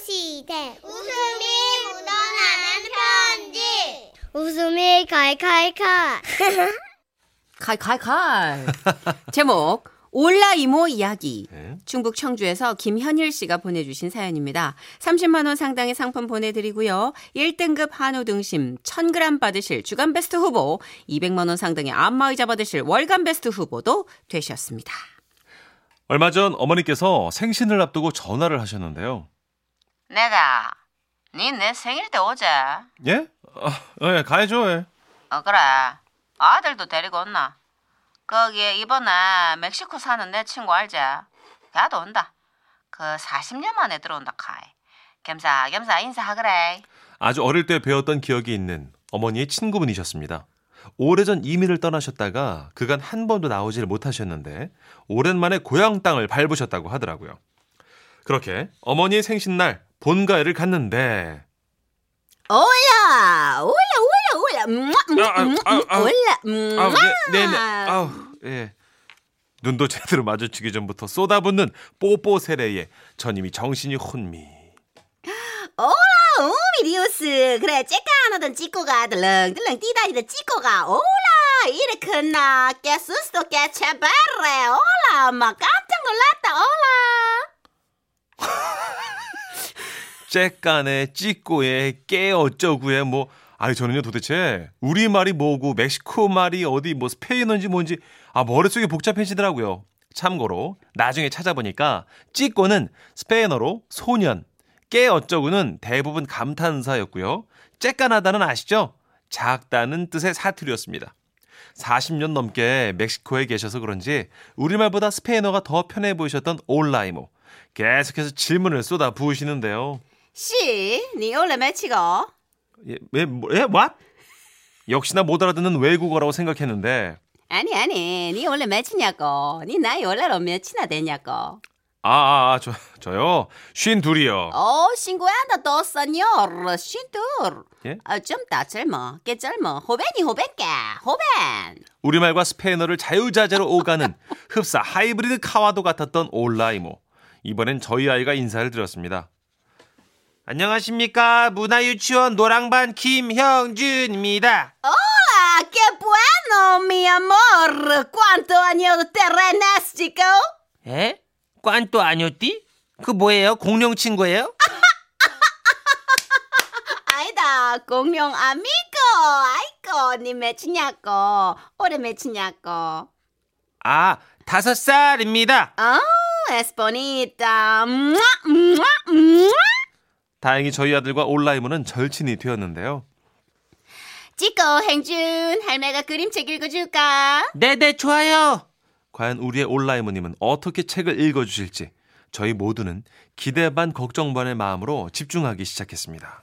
시대 웃음이 묻어나는 편지 웃음이 칼칼칼 칼칼칼. 제목 올라 이모 이야기. 네. 중북 청주에서 김현일 씨가 보내주신 사연입니다. 30만 원 상당의 상품 보내드리고요. 1등급 한우 등심 1,000g 받으실 주간 베스트 후보, 200만 원 상당의 안마의자 받으실 월간 베스트 후보도 되셨습니다. 얼마 전 어머니께서 생신을 앞두고 전화를 하셨는데요. 내가 네 내 생일 때 오자. 예? 아, 예, 가야죠. 예. 어 그래. 아들도 데리고 온나. 거기에 이번에 멕시코 사는 내 친구 알자. 걔도 온다. 그 40년 만에 들어온다 카이. 겸사겸사 인사하그래. 아주 어릴 때 배웠던 기억이 있는 어머니의 친구분이셨습니다. 오래전 이민을 떠나셨다가 그간 한 번도 나오질 못하셨는데 오랜만에 고향 땅을 밟으셨다고 하더라고요. 그렇게 어머니의 생신날 본가회를 갔는데 올라, 올라, 올라, 올라, 음, 아, 음, 아, 아, 음, 올라, 음, 아우 예, 네네 아우 예 눈도 제대로 마주치기 전부터 쏟아붓는 뽀뽀 세례에 전 이미 정신이 혼미 아, 오미리우스. 그래, 째까 하나던 찌꼬가 들렁들렁 뛰다니던 찌꼬가 올라. 이래 큰나 깨수스도 깨체바래 올라. 엄마 깜짝 놀랐다 올라. 쬐깐에 찌꼬에 깨 어쩌구에 뭐 아니 저는요 도대체 우리 말이 뭐고 멕시코 말이 어디 뭐 스페인어인지 뭔지 아 머릿속이 복잡해지더라고요. 참고로 나중에 찾아보니까 찌꼬는 스페인어로 소년, 깨 어쩌구는 대부분 감탄사였고요. 쬐깐하다는 아시죠? 작다는 뜻의 사투리였습니다. 40년 넘게 멕시코에 계셔서 그런지 우리말보다 스페인어가 더 편해 보이셨던 올라이모. 계속해서 질문을 쏟아 부으시는데요. 씨, 니 올라 매치고. 예, 왜, 뭐, 예, what? 역시나 못 알아듣는 외국어라고 생각했는데, 아니 아니, 니 올라 매치냐고. 니 나이 올라로 몇이나 되냐고. 아, 아, 아 저, 저요? 쉰 둘이요. 어, 친구야나 또 선요. 신둘. 예? 아, 좀 따절머, 깨절머. 호벤이 호벤께, 호벤. 우리말과 스페인어를 자유자재로 오가는 흡사 하이브리드 카와도 같았던 올라이모. 이번엔 저희 아이가 인사를 드렸습니다. 안녕하십니까. 문화유치원 노랑반 김형준입니다. ¡Hola! ¡Qué bueno, mi amor! ¿Cuánto año te renas, chico? 에? 꽌또 아니었디? 그 뭐예요? 공룡 친구예요? 아이다, 공룡 아미고! 아이고, 니 맺히냐고. 올해 맺히냐고. 아, 다섯 살입니다. 아, es bonita. 음, 무아, 무아, 음. 무아. 다행히 저희 아들과 올라이모는 절친이 되었는데요. 치코, 행준, 할매가 그림책 읽어줄까? 네네, 좋아요. 과연 우리의 올라이모님은 어떻게 책을 읽어주실지 저희 모두는 기대 반 걱정 반의 마음으로 집중하기 시작했습니다.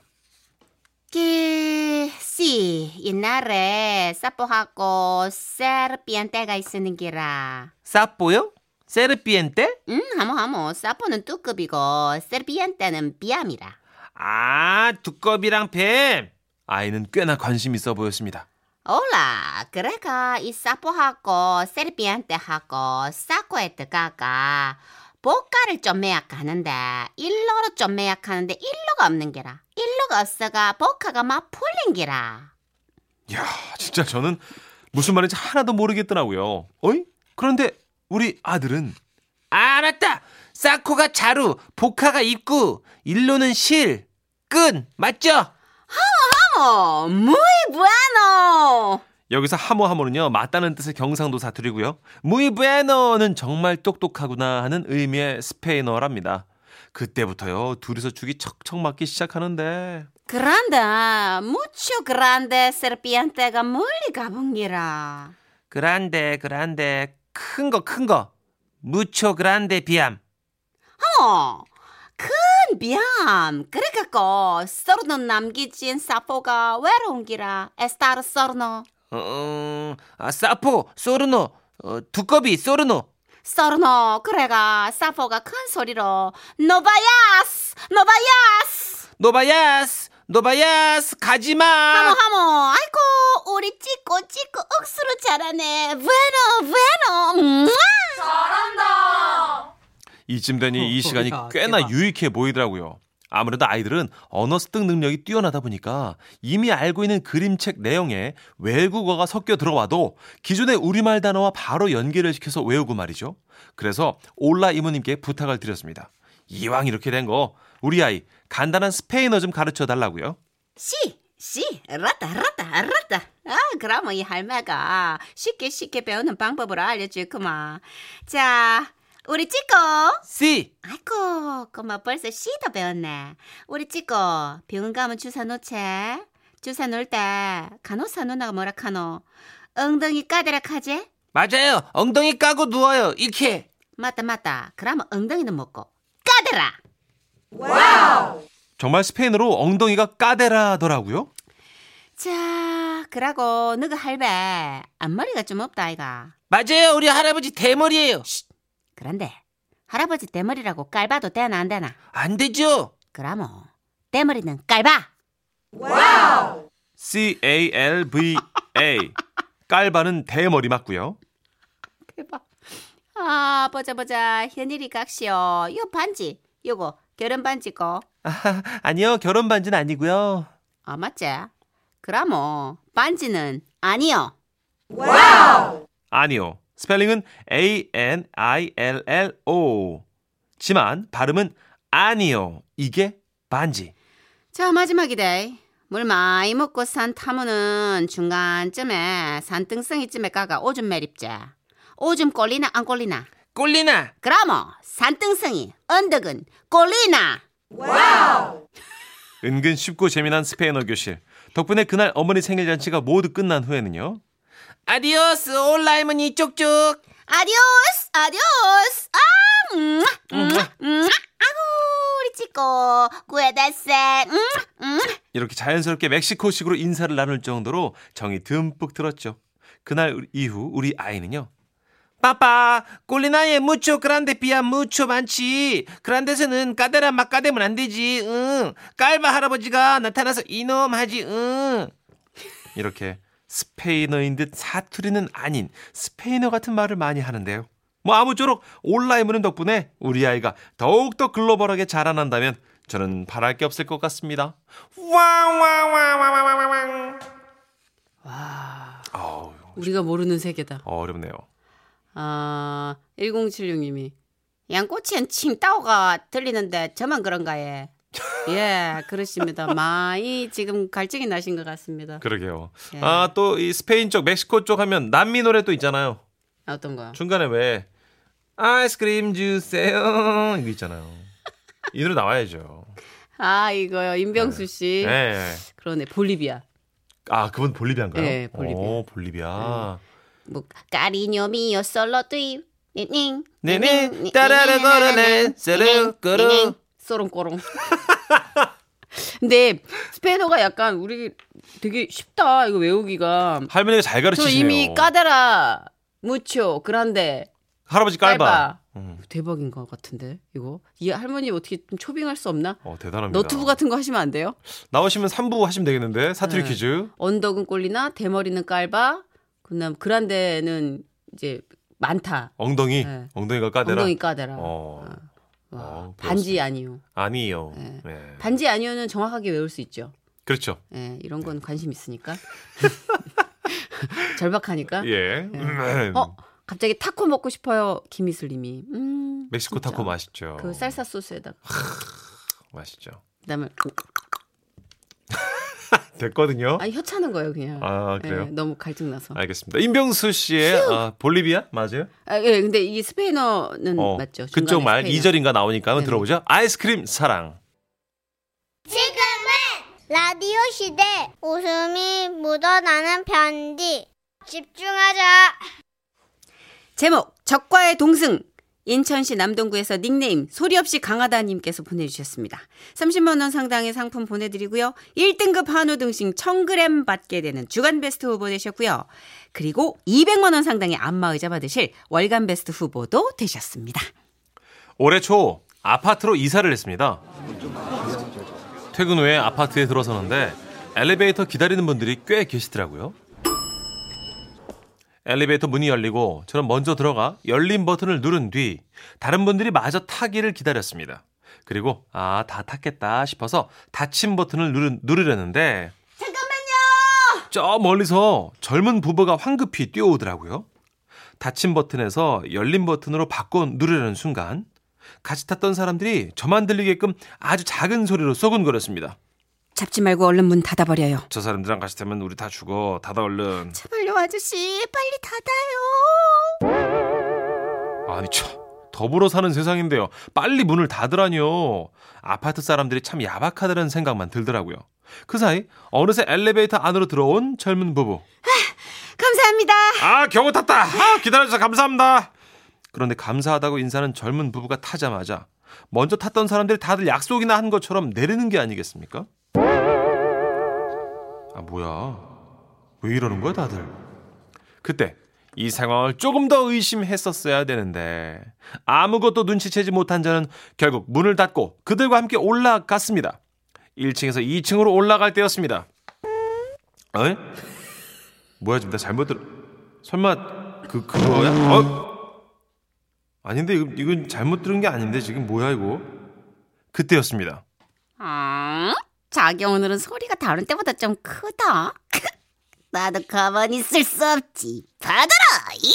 그, 씨, 옛날에 사포하고 세르피안떼가 있으는 기라. 사뽀요? 세르피엔테? 음, 하모 하모. 사포는 뚜급이고 세르피안떼는 비암이라. 아, 두꺼비랑 뱀. 아이는 꽤나 관심 있어 보였습니다. 올라, 그래가 이 사포하고 세르비안테하고 사코에 들어가가 복가를 좀 매약하는데 일로로 좀 매약하는데 일로가 없는 게라 일로가 없어가 복가가 막 풀린 게라 이야, 진짜 저는 무슨 말인지 하나도 모르겠더라고요. 어이? 그런데 우리 아들은 아, 알았다. 사코가 자루, 복화가 입구, 일로는 실, 끈, 맞죠? 어머, muy bueno! 여기서 하모하모는요, 맞다는 뜻의 경상도 사투리고요. muy bueno는 정말 똑똑하구나 하는 의미의 스페인어랍니다. 그때부터요, 둘이서 죽이 척척 맞기 시작하는데. 그란데, ¿eh? mucho grande serpiente가 멀리 가본 게라 그란데, 그란데, 큰 거, 큰 거. 무초 그란데 비암. 어, 큰 비암. 그래갖고 서로 남기진 사포가 외로운 기라. 에스타르 서르노. 어, 아, 사포, 소르노, 어, 두꺼비, 소르노. 서르노 그래가 사포가 큰 소리로 노바야스 노바야스 노바야스, 노바야스, 하모 가지마. 하모 아이고 우리 찍고 찍고 억수로 잘하네 외로 외로 음. 이쯤 되니 어, 이 시간이 거기다, 꽤나 어, 대박. 유익해 보이더라고요. 아무래도 아이들은 언어 습득 능력이 뛰어나다 보니까 이미 알고 있는 그림책 내용에 외국어가 섞여 들어와도 기존의 우리말 단어와 바로 연계를 시켜서 외우고 말이죠. 그래서 올라 이모님께 부탁을 드렸습니다. 이왕 이렇게 된 거 우리 아이 간단한 스페인어 좀 가르쳐 달라고요. 씨, 씨, 라따, 라따, 라따. 아, 그러면 이 할매가 쉽게 쉽게 배우는 방법으로 알려줄구만. 자, 우리 찌꼬. 씨. 아이고, 그만 벌써 씨도 배웠네. 우리 찌꼬, 병원 가면 주사 놓채. 주사 놓을 때 간호사 누나가 뭐라 카노? 엉덩이 까대락 하지? 맞아요. 엉덩이 까고 누워요. 이렇게. 맞다, 맞다. 그러면 엉덩이는 먹고 까대라. 정말 스페인어로 엉덩이가 까데라더라고요. 자, 그러고 너가 할배 앞머리가 좀 없다 아이가. 맞아요. 우리 할아버지 대머리예요. 그런데 할아버지 대머리라고 깔봐도 되나 안 되나? 안 되죠? 그러면 대머리는 깔봐. C A L V A 깔바는 대머리 맞고요. 대박. 아, 보자 보자. 현일이 각시요. 요 반지. 요거 결혼 반지고. 아니요 결혼 반지는 아니고요. 아, 맞지? 그러면 반지는 아니요. 아니요. 스펠링은 A N I L L O. 지만 발음은 아니요. 이게 반지. 자, 마지막이다. 물 많이 먹고 산 타무는 중간쯤에 산등성이쯤에 가가 오줌 매립자. 오줌 꼴리나 안 꼴리나? 꼴리나. 그러면 산등성이 언덕은 꼴리나? 은근 쉽고 재미난 스페인어 교실. 덕분에 그날 어머니 생일 잔치가 모두 끝난 후에는요. 아디오스 올라이머니 쪽쪽. 아디오스, 아디오스. 아, 음, 음, 음. 아구, 우리 치고 구해다세. 음, 음. 이렇게 자연스럽게 멕시코식으로 인사를 나눌 정도로 정이 듬뿍 들었죠. 그날 이후 우리 아이는요. 빠빠. 꼴리나에 무초 그란데 비야 무초 많지. 그란데서는 까데라 막 까대면 안 되지. 응. 깔바 할아버지가 나타나서 이놈 하지. 응. 이렇게 스페인어인 듯 사투리는 아닌 스페인어 같은 말을 많이 하는데요. 뭐 아무쪼록 온라인문은 덕분에 우리 아이가 더욱더 글로벌하게 자라난다면 저는 바랄 게 없을 것 같습니다. 와와와와와와왕. 어우, 우리가 모르는 세계다. 어렵네요. 아, 1076님이. 양꼬치엔 칭따오가 들리는데 저만 그런가예? 예, 그렇습니다. 많이 지금 갈증이 나신 것 같습니다. 그러게요. 예. 아, 또 이 스페인 쪽, 멕시코 쪽 하면 남미 노래 또 있잖아요. 어떤 거요? 중간에 왜 아이스크림 주세요. 이거 있잖아요. 이 노래 나와야죠. 아, 이거요. 임병수 씨. 네. 그러네. 볼리비아. 아, 그분 볼리비아인가요? 네, 볼리비아. 음. 오, 볼리비아. 뭐 까리뇨 미요 솔로 뚜이 닝 네네. 따라라 걸어네. 쓰르 꼬르. 소롱꼬롱. 네. 근데 스페인어가 약간 우리 되게 쉽다. 이거 외우기가. 할머니가 잘 저 가르치시네요. 이미 까다라, 무초, 그란데, 할아버지 깔바. 깔바. 음. 대박인 것 같은데 이거 이 할머니 어떻게 좀 초빙할 수 없나? 어, 대단합니다. 너튜브 같은 거 하시면 안 돼요? 나오시면 3부 하시면 되겠는데 사투리 네. 퀴즈. 언덕은 꼴리나 대머리는 깔바 그다음 그란데는 이제 많다 엉덩이. 네. 엉덩이가 까대라. 엉덩이 까대라 어. 와, 어, 반지 아니요 아니요. 네. 네. 반지 아니요는 정확하게 외울 수 있죠 그렇죠. 예, 이런 건 관심 있으니까 절박하니까 예. 음. 아? 어 갑자기 타코 먹고 싶어요 김이슬님이 음, 멕시코 진짜. 타코 맛있죠. 그 쌀사 소스에다가 맛있죠. 그다음에 어? 됐거든요. 아 혀차는 거예요 그냥 아, 그래요? 예, 너무 갈증 나서 알겠습니다. 임병수 씨의 아, 볼리비아 맞아요? 아, 예, 근데 이게 스페인어는 어, 음, 맞죠. 그쪽 중간에 말 스페인어. 2절인가 나오니까 한번 네네. 들어보죠. 아이스크림 사랑. 지금은 라디오 시대 웃음이 묻어나는 편지 집중하자 제목 적과의 동승 인천시 남동구에서 닉네임 소리 없이 강하다님께서 보내주셨습니다. 30만 원 상당의 상품 보내드리고요. 1등급 한우 등심 1000g 받게 되는 주간 베스트 후보 되셨고요. 그리고 200만 원 상당의 안마의자 받으실 월간 베스트 후보도 되셨습니다. 올해 초 아파트로 이사를 했습니다. 퇴근 후에 아파트에 들어서는데 엘리베이터 기다리는 분들이 꽤 계시더라고요. 엘리베이터 문이 열리고 저는 먼저 들어가 열린 버튼을 누른 뒤 다른 분들이 마저 타기를 기다렸습니다. 그리고 아, 다 탔겠다 싶어서 닫힘 버튼을 누르, 누르려는데 잠깐만요. 저 멀리서 젊은 부부가 황급히 뛰어오더라고요. 닫힘 버튼에서 열린 버튼으로 바꿔 누르려는 순간 같이 탔던 사람들이 저만 들리게끔 아주 작은 소리로 쏘근거렸습니다. 잡지 말고 얼른 문 닫아버려요. 저 사람들이랑 같이 타면 우리 다 죽어. 닫아 얼른. 제발요 아저씨 빨리 닫아요. 아니 참 더불어 사는 세상인데요. 빨리 문을 닫으라니요. 아파트 사람들이 참 야박하다는 생각만 들더라고요. 그 사이 어느새 엘리베이터 안으로 들어온 젊은 부부. 감사합니다. 아 겨우 탔다. 아, 기다려주셔서 감사합니다. 그런데 감사하다고 인사는 젊은 부부가 타자마자 먼저 탔던 사람들이 다들 약속이나 한 것처럼 내리는 게 아니겠습니까? 아 뭐야 왜 이러는 거야 다들? 그때 이 상황을 조금 더 의심했었어야 되는데 아무것도 눈치채지 못한 저는 결국 문을 닫고 그들과 함께 올라갔습니다. 1층에서 2층으로 올라갈 때였습니다. 에? 뭐야 지금 나 잘못 들어? 설마 그 그거야? 어? 아닌데 이건, 이건 잘못 들은 게 아닌데 지금 뭐야 이거? 그때였습니다. 어? 음? 자기 오늘은 소리가 다른 때보다 좀 크다. 나도 가만히 있을 수 없지. 받아라! 이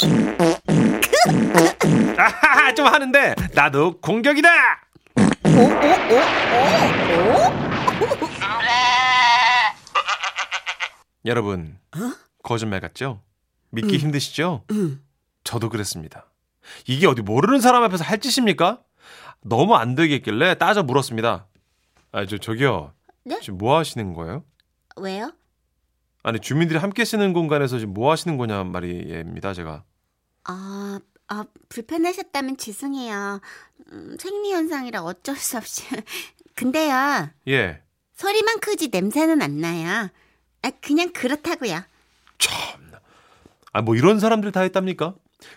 아하하 좀 하는데 나도 공격이다. 여러분 거짓말 같죠? 믿기 힘드시죠? 저도 그랬습니다. 이게 어디 모르는 사람 앞에서 할 짓입니까? 너무 안 되겠길래 따져 물었습니다. 아 저 저기요. 네? 지금 뭐 하시는 거예요? 왜요? 아니 주민들이 함께 쓰는 공간에서 지금 뭐 하시는 거냐 말입니다 제가. 아, 아 불편하셨다면 죄송해요. 음, 생리현상이라 어쩔 수 없이. 근데요, 예. 소리만 크지 냄새는 안 나요. 아, 그냥 그렇다고요. 아 뭐 이런 사람들 다 했답니까?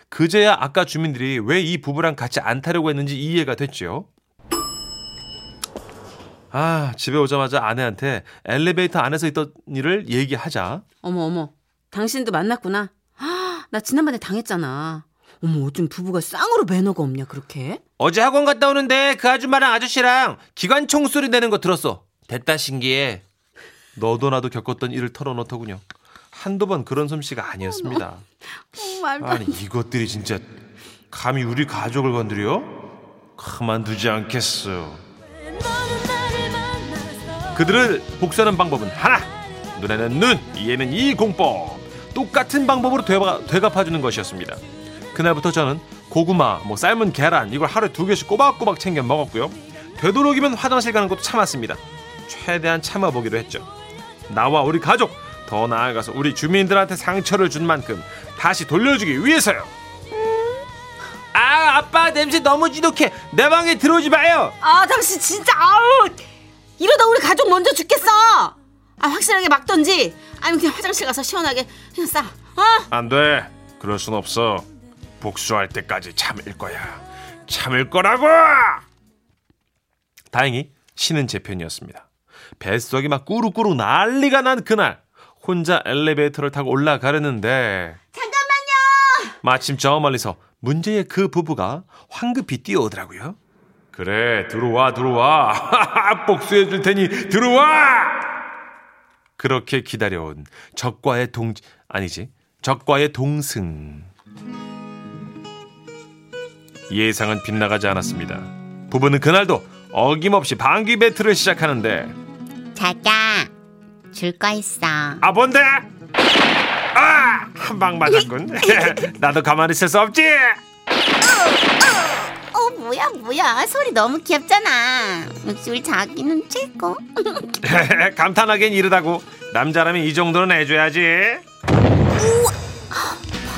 그제야 아까 주민들이 왜 이 부부랑 같이 안 타려고 했는지 이해가 됐지요. 아 집에 오자마자 아내한테 엘리베이터 안에서 있던 일을 얘기하자. 어머 어머 당신도 만났구나. 아, 나 지난번에 당했잖아. 어머 어쩜 부부가 쌍으로 매너가 없냐 그렇게? 어제 학원 갔다 오는데 그 아줌마랑 아저씨랑 기관총 소리 내는 거 들었어. 됐다 신기해. 너도 나도 겪었던 일을 털어놓더군요. 한두 번 그런 솜씨가 아니었습니다. 아니 이것들이 진짜 감히 우리 가족을 건드려? 가만두지 않겠어. 그들을 복수하는 방법은 하나. 눈에는 눈, 이에는 이 공법. 똑같은 방법으로 되갚, 되갚아주는 것이었습니다. 그날부터 저는 고구마, 뭐 삶은 계란 이걸 하루에 두 개씩 꼬박꼬박 챙겨 먹었고요. 되도록이면 화장실 가는 것도 참았습니다. 최대한 참아보기로 했죠. 나와 우리 가족 더 나아가서 우리 주민들한테 상처를 준 만큼 다시 돌려주기 위해서요. 아 아빠 냄새 너무 지독해. 내 방에 들어오지 마요. 아 당신 진짜 아우 이러다 우리 가족 먼저 죽겠어. 아 확실하게 막던지 아니면 그냥 화장실 가서 시원하게 그냥 싸. 어? 안 돼. 그럴 순 없어. 복수할 때까지 참을 거야. 참을 거라고. 다행히 신은 제 편이었습니다. 뱃속이 막 꾸룩꾸룩 난리가 난 그날 혼자 엘리베이터를 타고 올라가려는데 잠깐만요. 마침 저 멀리서 문제의 그 부부가 황급히 뛰어오더라고요. 그래 들어와 들어와 복수해 줄 테니 들어와. 그렇게 기다려온 적과의 동 아니지 적과의 동승 예상은 빗나가지 않았습니다 부부는 그날도 어김없이 방귀 배틀을 시작하는데 자기야, 줄 거 있어. 아 뭔데 아한방 맞았군 나도 가만히 있을 수 없지 어, 뭐야, 뭐야. 소리 너무 귀엽잖아. 역시 우리 자기는 최고. 감탄하긴 이르다고 남자라면 이 정도는 해줘야지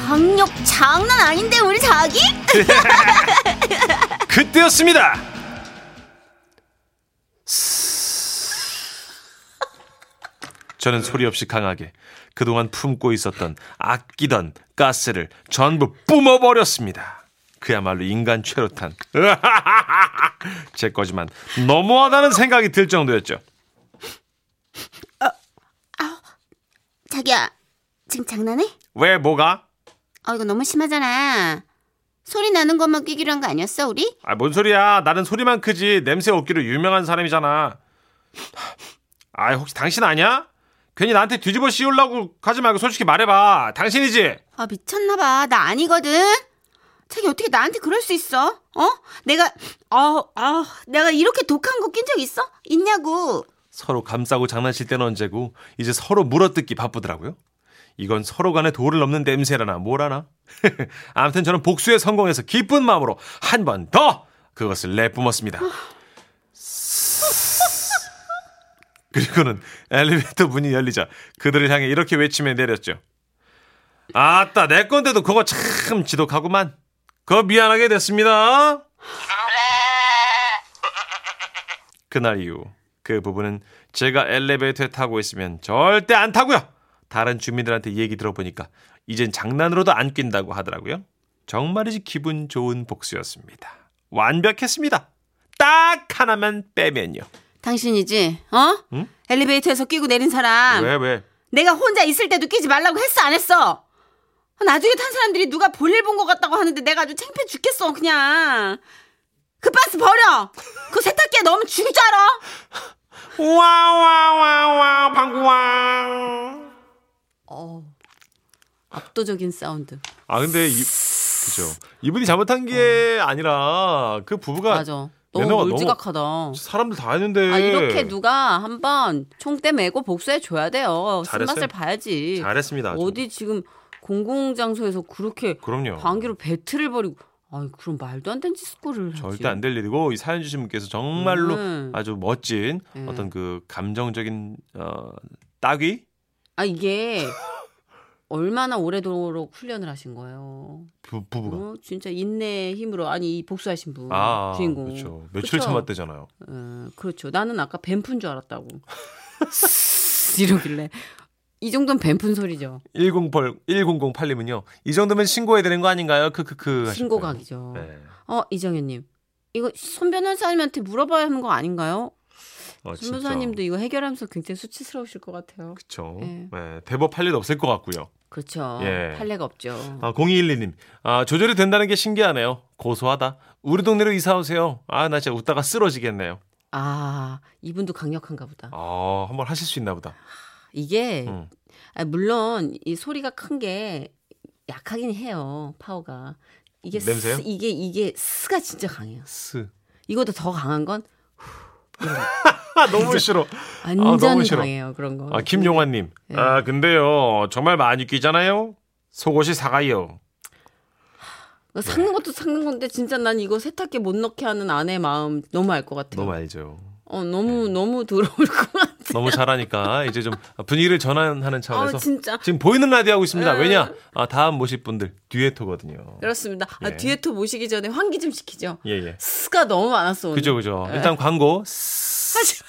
강력 장난 아닌데, 우리 자기? 그때였습니다. 저는 소리 없이 강하게 그동안 품고 있었던 아끼던 가스를 전부 뿜어버렸습니다. 그야말로 인간 최루탄. 제 거지만 너무하다는 생각이 들 정도였죠. 자기야, 지금 장난해? 왜 뭐가? 어, 이거 너무 심하잖아. 소리 나는 것만 끼기로 한 거 아니었어 우리? 아, 뭔 소리야. 나는 소리만 크지 냄새 없기로 유명한 사람이잖아. 아, 혹시 당신 아니야? 괜히 나한테 뒤집어 씌우려고 하지 말고 솔직히 말해봐. 당신이지? 아 미쳤나 봐. 나 아니거든. 자기 어떻게 나한테 그럴 수 있어? 어? 내가 아, 아, 내가 이렇게 독한 거 낀 적 있어? 있냐고. 서로 감싸고 장난칠 때는 언제고 이제 서로 물어뜯기 바쁘더라고요. 이건 서로 간의 도를 넘는 냄새라나 뭐라나. 아무튼 저는 복수에 성공해서 기쁜 마음으로 한 번 더 그것을 내뿜었습니다. 그리고는 엘리베이터 문이 열리자 그들을 향해 이렇게 외치며 내렸죠. 아따 내 건데도 그거 참 지독하구만. 그거 미안하게 됐습니다. 그날 이후 그 부부는 제가 엘리베이터에 타고 있으면 절대 안 타고요. 다른 주민들한테 얘기 들어보니까 이젠 장난으로도 안 낀다고 하더라고요. 정말이지 기분 좋은 복수였습니다. 완벽했습니다. 딱 하나만 빼면요. 당신이지? 어? 응? 엘리베이터에서 끼고 내린 사람. 왜 왜? 내가 혼자 있을 때도 끼지 말라고 했어 안 했어? 나중에 탄 사람들이 누가 볼일 본 것 같다고 하는데 내가 아주 창피해 죽겠어 그냥 그 박스 버려 그 세탁기에 넣으면 죽을 줄 알아 와와와와 방구왕. 어, 압도적인 사운드 아 근데 이 그죠. 이분이 잘못한 게 아니라 그 부부가 맞아 매너가 너무 너무- 네. 몰지각하다 사람들 다 했는데 아 이렇게 누가 한번 총대 메고 복수해 줘야 돼요 잘했어요. 쓴맛을 봐야지 잘했습니다. 아주. 어디 지금 공공장소에서 그렇게 그럼요. 방귀로 배틀을 벌이고 아이 그럼 말도 안 되는 예. 짓거리를 하지 절대 안 될 일이고 이 사연 주신 분께서 정말로 음. 아주 멋진 네. 어떤 그 감정적인 어, 따귀 아 이게 얼마나 오래도록 훈련을 하신 거예요? 부, 부부가 어, 진짜 인내의 힘으로 아니 이 복수하신 분 아, 주인공 그렇죠. 며칠 그쵸? 참았대잖아요. 어, 그렇죠. 나는 아까 뱀푼 줄 알았다고 이러길래 이 정도는 뱀푼 소리죠. 108 1008님은요. 이 정도면 신고해야 되는 거 아닌가요? 크크크. 신고각이죠. 하셨어요. 네. 어 이정현님 이거 손 변호사님한테 물어봐야 하는 거 아닌가요? 어, 손 변호사님도 이거 해결하면서 굉장히 수치스러우실 것 같아요. 그렇죠. 네. 대법 할 일 없을 것 같고요. 그렇죠. 예. 판례가 없죠. 아, 0212님. 아, 조절이 된다는 게 신기하네요. 고소하다. 우리 동네로 이사 오세요. 아, 나 진짜 웃다가 쓰러지겠네요. 아 이분도 강력한가 보다. 아, 한번 하실 수 있나 보다. 이게 음. 아, 물론 이 소리가 큰 게 약하긴 해요 파워가 이게 냄새요? 스, 이게 이게 스가 진짜 강해요. 쓰. 이거보다 더 강한 건 아, 너무 싫어. 너무 완전 싫어. 강해요 그런 거. 음. 아, 김용환님. 네. 아, 근데요. 정말 많이 끼잖아요. 속옷이 사가요. 삭는 것도 삭는 건데 진짜 난 이거 세탁기 못 넣게 하는 아내 마음 너무 알 것 같아요. 너무 알죠. 네. 어 너무 너무 더러울 것 같아. 너무 잘하니까 이제 좀 분위기를 전환하는 차원에서 아 진짜 네. 지금 보이는 라디오 하고 있습니다. 왜냐? 아, 다음 모실 분들 듀엣토거든요. 그렇습니다. 네. 예. 아 뒤에 토 모시기 전에 환기 좀 시키죠. 예, 예. 스가 너무 많았어 오늘. 그죠, 그죠. 일단 광고. 하지